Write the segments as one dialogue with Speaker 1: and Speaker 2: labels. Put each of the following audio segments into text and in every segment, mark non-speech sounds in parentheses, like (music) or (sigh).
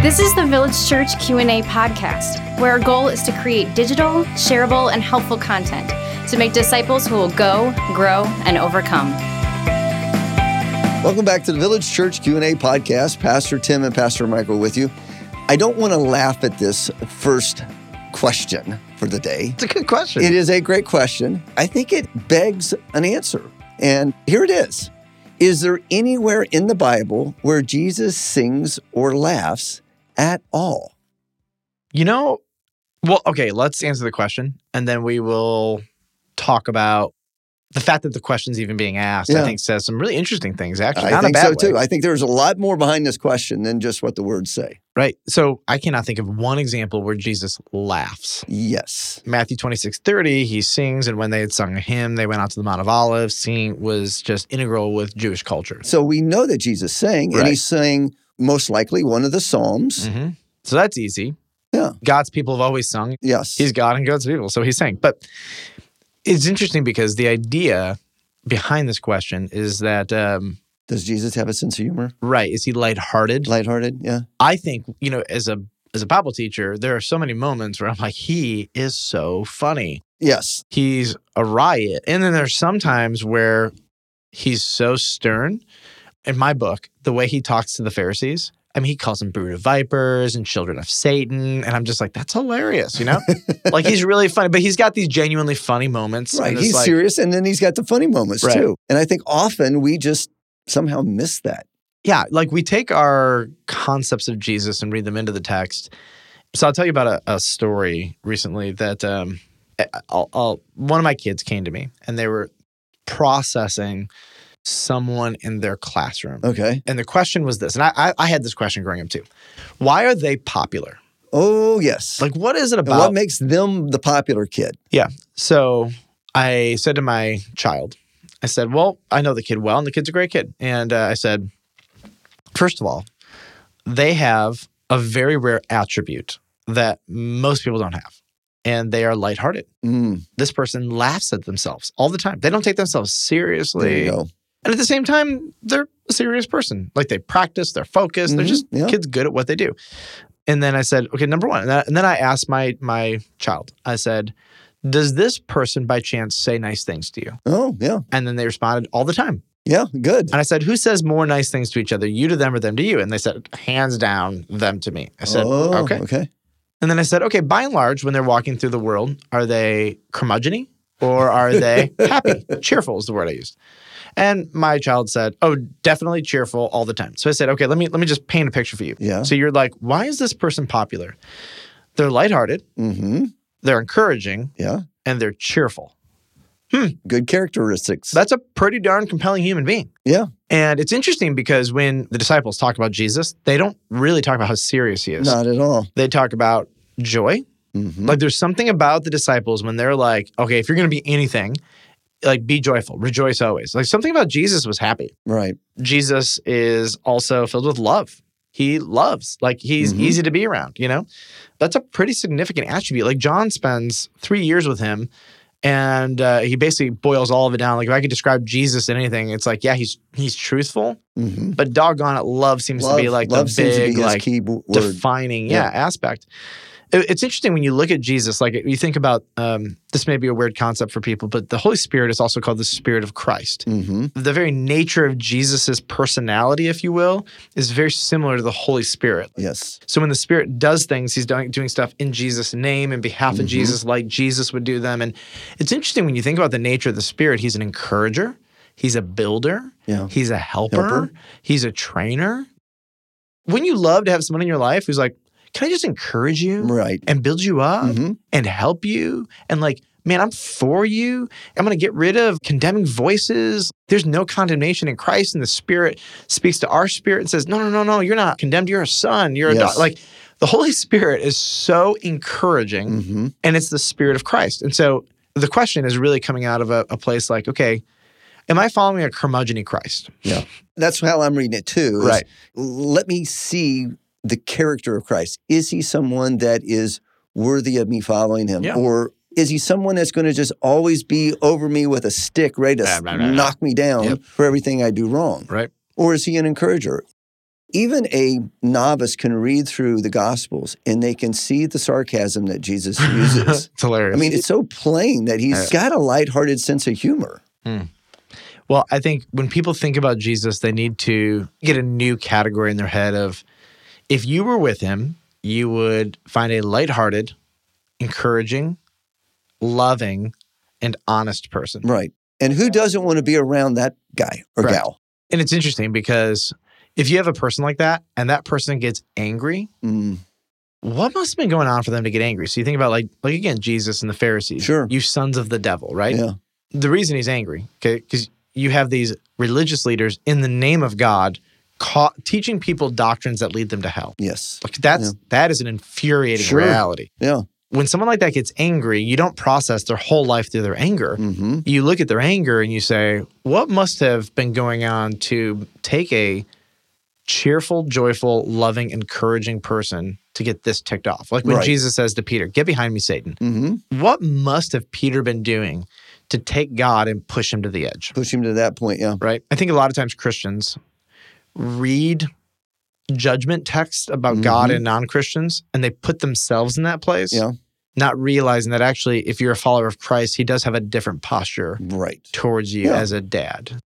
Speaker 1: This is the Village Church Q&A podcast, where our goal is to create digital, shareable, and helpful content to make disciples who will go, grow, and overcome.
Speaker 2: Welcome back to the Village Church Q&A podcast. Pastor Tim and Pastor Michael with you. I don't want to laugh at this first question for the day.
Speaker 3: It's a good question.
Speaker 2: It is a great question. I think it begs an answer. And here it is. Is there anywhere in the Bible where Jesus sings or laughs at all?
Speaker 3: You know, well, okay, let's answer the question and then we will talk about the fact that the question's even being asked,
Speaker 2: Yeah.
Speaker 3: I think says some really interesting things, actually.
Speaker 2: I
Speaker 3: not
Speaker 2: think
Speaker 3: a bad
Speaker 2: so
Speaker 3: way.
Speaker 2: too. I think there's a lot more behind this question than just what the words say.
Speaker 3: Right. So I cannot think of one example where Jesus laughs.
Speaker 2: Yes.
Speaker 3: Matthew 26, 30, he sings, and when they had sung a hymn, they went out to the Mount of Olives. Singing was just integral with Jewish culture.
Speaker 2: So we know that Jesus sang, and
Speaker 3: Right.
Speaker 2: he sang most likely one of the Psalms.
Speaker 3: hmm So that's easy.
Speaker 2: Mm-hmm. Yeah.
Speaker 3: God's people have always sung.
Speaker 2: Yes.
Speaker 3: He's God and God's people. So he's saying. But it's interesting because the idea behind this question is that, um,
Speaker 2: Does Jesus have a sense of humor?
Speaker 3: right, is he lighthearted?
Speaker 2: Lighthearted? Yeah.
Speaker 3: I think, you know, as a as a Bible teacher, there are so many moments where I'm like, he is so funny.
Speaker 2: Yes.
Speaker 3: he's a riot. And then there's sometimes where he's so stern. In my book, the way he talks to the Pharisees, I mean, he calls them brood of vipers and children of Satan. And I'm just like, that's
Speaker 2: (laughs)
Speaker 3: hilarious, you know? like he's really funny, but he's got these genuinely funny moments.
Speaker 2: Right.
Speaker 3: And it's
Speaker 2: He's
Speaker 3: like,
Speaker 2: serious, and then he's got the funny moments
Speaker 3: Right.
Speaker 2: too. And I think often we just somehow miss that.
Speaker 3: Yeah, like we take our concepts of Jesus and read them into the text. So I'll tell you about a, a story recently that um, I- I'll, I'll, one of my kids came to me and they were processing someone in their classroom.
Speaker 2: Okay.
Speaker 3: And the question was this, and I, I, I had this question growing up too. Why are they popular?
Speaker 2: Oh yes.
Speaker 3: Like, what is it
Speaker 2: And what
Speaker 3: about?
Speaker 2: makes them the popular kid?
Speaker 3: so I said to my child, I said, Well, I know the kid well, and the kid's a great kid. And uh, I said, First of all, they have a very rare attribute that most people don't have, and they are lighthearted.
Speaker 2: Mm,
Speaker 3: This person laughs at themselves all the time. They don't take themselves
Speaker 2: there you
Speaker 3: seriously.
Speaker 2: go.
Speaker 3: And at the same time, they're a serious person. Like they practice, they're focused, they're
Speaker 2: Mhm,
Speaker 3: just
Speaker 2: yeah.
Speaker 3: kids good at what they do. And then I said, okay, number one. And, that- and then I asked my my child, I said, does this person by chance say nice things to you?
Speaker 2: Oh yeah.
Speaker 3: And then they responded all the time.
Speaker 2: Yeah. Good.
Speaker 3: And I said, who says more nice things to each other, you to them or them to you? And they said, hands down, them to me. I said,
Speaker 2: oh,
Speaker 3: okay.
Speaker 2: Okay.
Speaker 3: And then I said, okay, by and large, when they're walking through the world, are they curmudgeony or are they
Speaker 2: (laughs)
Speaker 3: happy? cheerful is the word I used. And my child said, oh, definitely cheerful all the time. So I said, okay, let me let me just paint a picture for you.
Speaker 2: Yeah.
Speaker 3: So you're like, why is this person popular? They're lighthearted,
Speaker 2: Mm-hmm.
Speaker 3: they're encouraging,
Speaker 2: Yeah.
Speaker 3: and they're cheerful.
Speaker 2: Good characteristics.
Speaker 3: That's a pretty darn compelling human being.
Speaker 2: Yeah.
Speaker 3: And it's interesting because when the disciples talk about Jesus, they don't really talk about how serious he is.
Speaker 2: Not at all.
Speaker 3: They talk about joy,
Speaker 2: hmm
Speaker 3: Like there's something about the disciples when they're like, okay, if you're going to be anything, like be joyful, rejoice always. Like something about Jesus was happy.
Speaker 2: right.
Speaker 3: Jesus is also filled with love. He loves. Like he's
Speaker 2: Mhm.
Speaker 3: easy to be around, you know? That's a pretty significant attribute. Like John spends 3 years with him and uh, he basically boils all of it down. Like if I could describe Jesus in anything, it's like yeah, he's he's truthful,
Speaker 2: Mm-hmm.
Speaker 3: but doggone it, love seems to be like
Speaker 2: love
Speaker 3: the
Speaker 2: seems to be
Speaker 3: big
Speaker 2: his
Speaker 3: like
Speaker 2: key w- word.
Speaker 3: defining yeah, aspect It- it's interesting when you look at jesus like you think about um, this may be a weird concept for people but the holy spirit is also called the spirit of christ
Speaker 2: mm-hmm.
Speaker 3: the very nature of jesus's personality if you will is very similar to the holy spirit
Speaker 2: Yes.
Speaker 3: so when the spirit does things he's doing, doing stuff in jesus name in behalf of
Speaker 2: Mhm.
Speaker 3: jesus like jesus would do them and it's interesting when you think about the nature of the spirit he's an encourager he's a builder
Speaker 2: Yeah.
Speaker 3: He's a helper.
Speaker 2: Helper.
Speaker 3: He's a trainer. Wouldn't you love to have someone in your life who's like, can I just encourage you
Speaker 2: Right.
Speaker 3: and build you up
Speaker 2: Mm-hmm.
Speaker 3: and help you? And like, man, I'm for you. I'm going to get rid of condemning voices. There's no condemnation in Christ. And the Spirit speaks to our spirit and says, no, no, no, no, you're not condemned. You're a son. You're a
Speaker 2: Yes.
Speaker 3: daughter. Like, the Holy Spirit is so encouraging
Speaker 2: Mm-hmm.
Speaker 3: and it's the spirit of Christ. And so the question is really coming out of a, a place like, okay, am I following a curmudgeony Christ?
Speaker 2: That's how I'm reading it too. is
Speaker 3: Right.
Speaker 2: Let me see the character of Christ. Is he someone that is worthy of me following him,
Speaker 3: Yeah.
Speaker 2: or is he someone that's going to just always be over me with a stick, ready to
Speaker 3: Right, right, right,
Speaker 2: knock me down
Speaker 3: Yep.
Speaker 2: for everything I do wrong?
Speaker 3: Right.
Speaker 2: Or is he an encourager? even a novice can read through the Gospels and they can see the sarcasm that
Speaker 3: (laughs)
Speaker 2: Jesus uses.
Speaker 3: it's hilarious.
Speaker 2: I mean, it's so plain that he's got a lighthearted sense of humor.
Speaker 3: Well, I think when people think about Jesus, they need to get a new category in their head of if you were with him, you would find a lighthearted, encouraging, loving, and honest person.
Speaker 2: Right. And who doesn't want to be around that guy or
Speaker 3: Right.
Speaker 2: gal?
Speaker 3: And it's interesting because if you have a person like that and that person gets angry,
Speaker 2: Mm,
Speaker 3: what must have been going on for them to get angry? So you think about like like again Jesus and the Pharisees.
Speaker 2: Sure.
Speaker 3: You sons of the devil, right?
Speaker 2: Yeah.
Speaker 3: the reason he's angry, okay, because you have these religious leaders in the name of God ca- teaching people doctrines that lead them to hell.
Speaker 2: Yes.
Speaker 3: Like that's that is an infuriating
Speaker 2: Sure.
Speaker 3: reality.
Speaker 2: Yeah.
Speaker 3: When someone like that gets angry, you don't process their whole life through their anger.
Speaker 2: hmm
Speaker 3: You look at their anger and you say, "What must have been going on to take a cheerful, joyful, loving, encouraging person to get this ticked off?" Like when
Speaker 2: Right.
Speaker 3: Jesus says to Peter, "Get behind me, Satan."
Speaker 2: hmm
Speaker 3: What must have Peter been doing to take God and push him to the edge?
Speaker 2: Push him to that point. Yeah.
Speaker 3: right? I think a lot of times Christians read judgment texts about God
Speaker 2: Mhm.
Speaker 3: and non Christians and they put themselves in that place.
Speaker 2: Yeah.
Speaker 3: Not realizing that actually, if you're a follower of Christ, he does have a different posture
Speaker 2: Right.
Speaker 3: towards you
Speaker 2: Yeah.
Speaker 3: as a dad.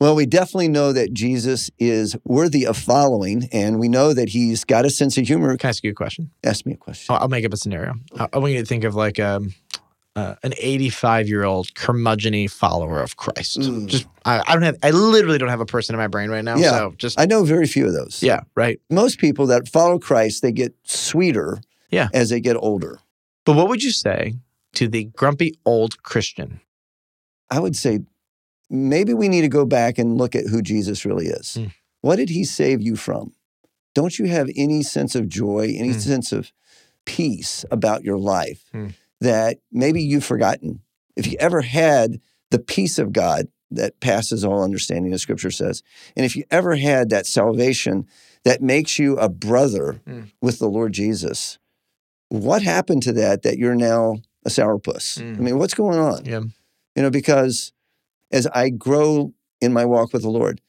Speaker 2: Well, we definitely know that Jesus is worthy of following, and we know that he's got a sense of humor.
Speaker 3: Can I ask you a question?
Speaker 2: Ask me a question.
Speaker 3: I'll, I'll make up a scenario. I, I want you to think of like um, uh, an 85 year old curmudgeon follower of Christ.
Speaker 2: Mm.
Speaker 3: Just, I, I don't have, I literally don't have a person in my brain right now.
Speaker 2: Yeah.
Speaker 3: So just,
Speaker 2: I know very few of those.
Speaker 3: yeah, right.
Speaker 2: Most people that follow Christ, they get sweeter
Speaker 3: Yeah.
Speaker 2: as they get older.
Speaker 3: But what would you say to the grumpy old Christian?
Speaker 2: I would say maybe we need to go back and look at who Jesus really is.
Speaker 3: Mm.
Speaker 2: What did he save you from? Don't you have any sense of joy, any
Speaker 3: Mm.
Speaker 2: sense of peace about your life
Speaker 3: Mm.
Speaker 2: that maybe you've forgotten? If you ever had the peace of God that passes all understanding, as scripture says, and if you ever had that salvation that makes you a brother
Speaker 3: Mm.
Speaker 2: with the Lord Jesus, what happened to that that you're now a sourpuss?
Speaker 3: Mm.
Speaker 2: I mean, what's going on?
Speaker 3: Yeah.
Speaker 2: you know, because as I grow in my walk with the Lord,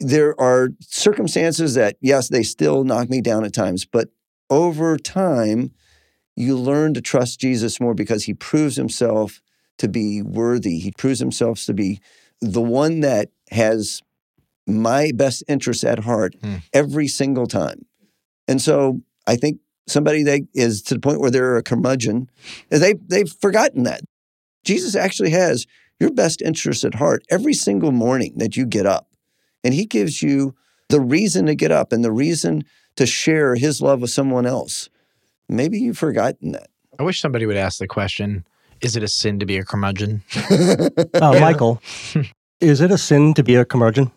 Speaker 2: there are circumstances that, yes, they still knock me down at times, but over time, you learn to trust Jesus more because he proves himself to be worthy. He proves himself to be the one that has my best interests at heart
Speaker 3: Hmm.
Speaker 2: every single time. And so I think somebody that is to the point where they're a curmudgeon, they, they've forgotten that. Jesus actually has your best interests at heart every single morning that you get up. And he gives you the reason to get up and the reason to share his love with someone else. Maybe you've forgotten that.
Speaker 3: I wish somebody would ask the question Is it a sin to be a curmudgeon?
Speaker 4: Uh, Michael, is it a sin to be a curmudgeon?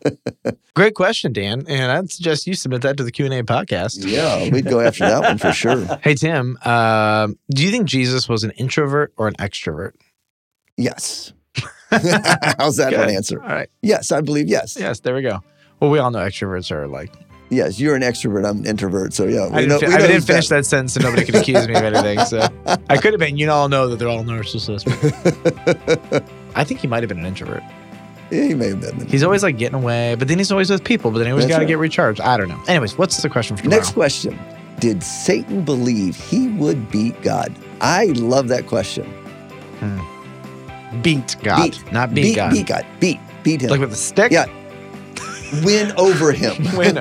Speaker 3: Great question, Dan. And I'd suggest you submit that to the Q&A podcast.
Speaker 2: yeah, (laughs) we'd go after that one for
Speaker 3: (laughs)
Speaker 2: sure.
Speaker 3: Hey, Tim, um, do you think Jesus was an introvert or an extrovert?
Speaker 2: Yes. (laughs) How's that one
Speaker 3: Good.
Speaker 2: answer?
Speaker 3: All right.
Speaker 2: Yes, I believe yes.
Speaker 3: Yes, there we go. Well, we all know extroverts are like.
Speaker 2: Yes, you're an extrovert. I'm an introvert. So yeah,
Speaker 3: I didn't, fi- I didn't finish that sentence, so nobody could accuse me of anything. So (laughs) I could have been. You all know that they're all narcissists. (laughs) I think he might have been an introvert.
Speaker 2: Yeah, he may have been.
Speaker 3: He's always like getting away, but then he's always with people. But then he always
Speaker 2: That's
Speaker 3: got to
Speaker 2: right.
Speaker 3: get recharged. I don't know. Anyways, what's the question for tomorrow?
Speaker 2: Next question. Did Satan believe he would beat God? I love that question.
Speaker 3: beat God, not beat,
Speaker 2: beat
Speaker 3: God.
Speaker 2: Beat God. Beat. Beat him.
Speaker 3: Like with a stick.
Speaker 2: Yeah. win over him.
Speaker 3: (laughs) win,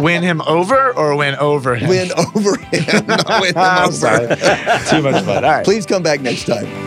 Speaker 3: win him over or win over him?
Speaker 2: win over him. Not win him
Speaker 3: I'm
Speaker 2: over.
Speaker 3: sorry. (laughs) Too much fun. All right.
Speaker 2: Please come back next time.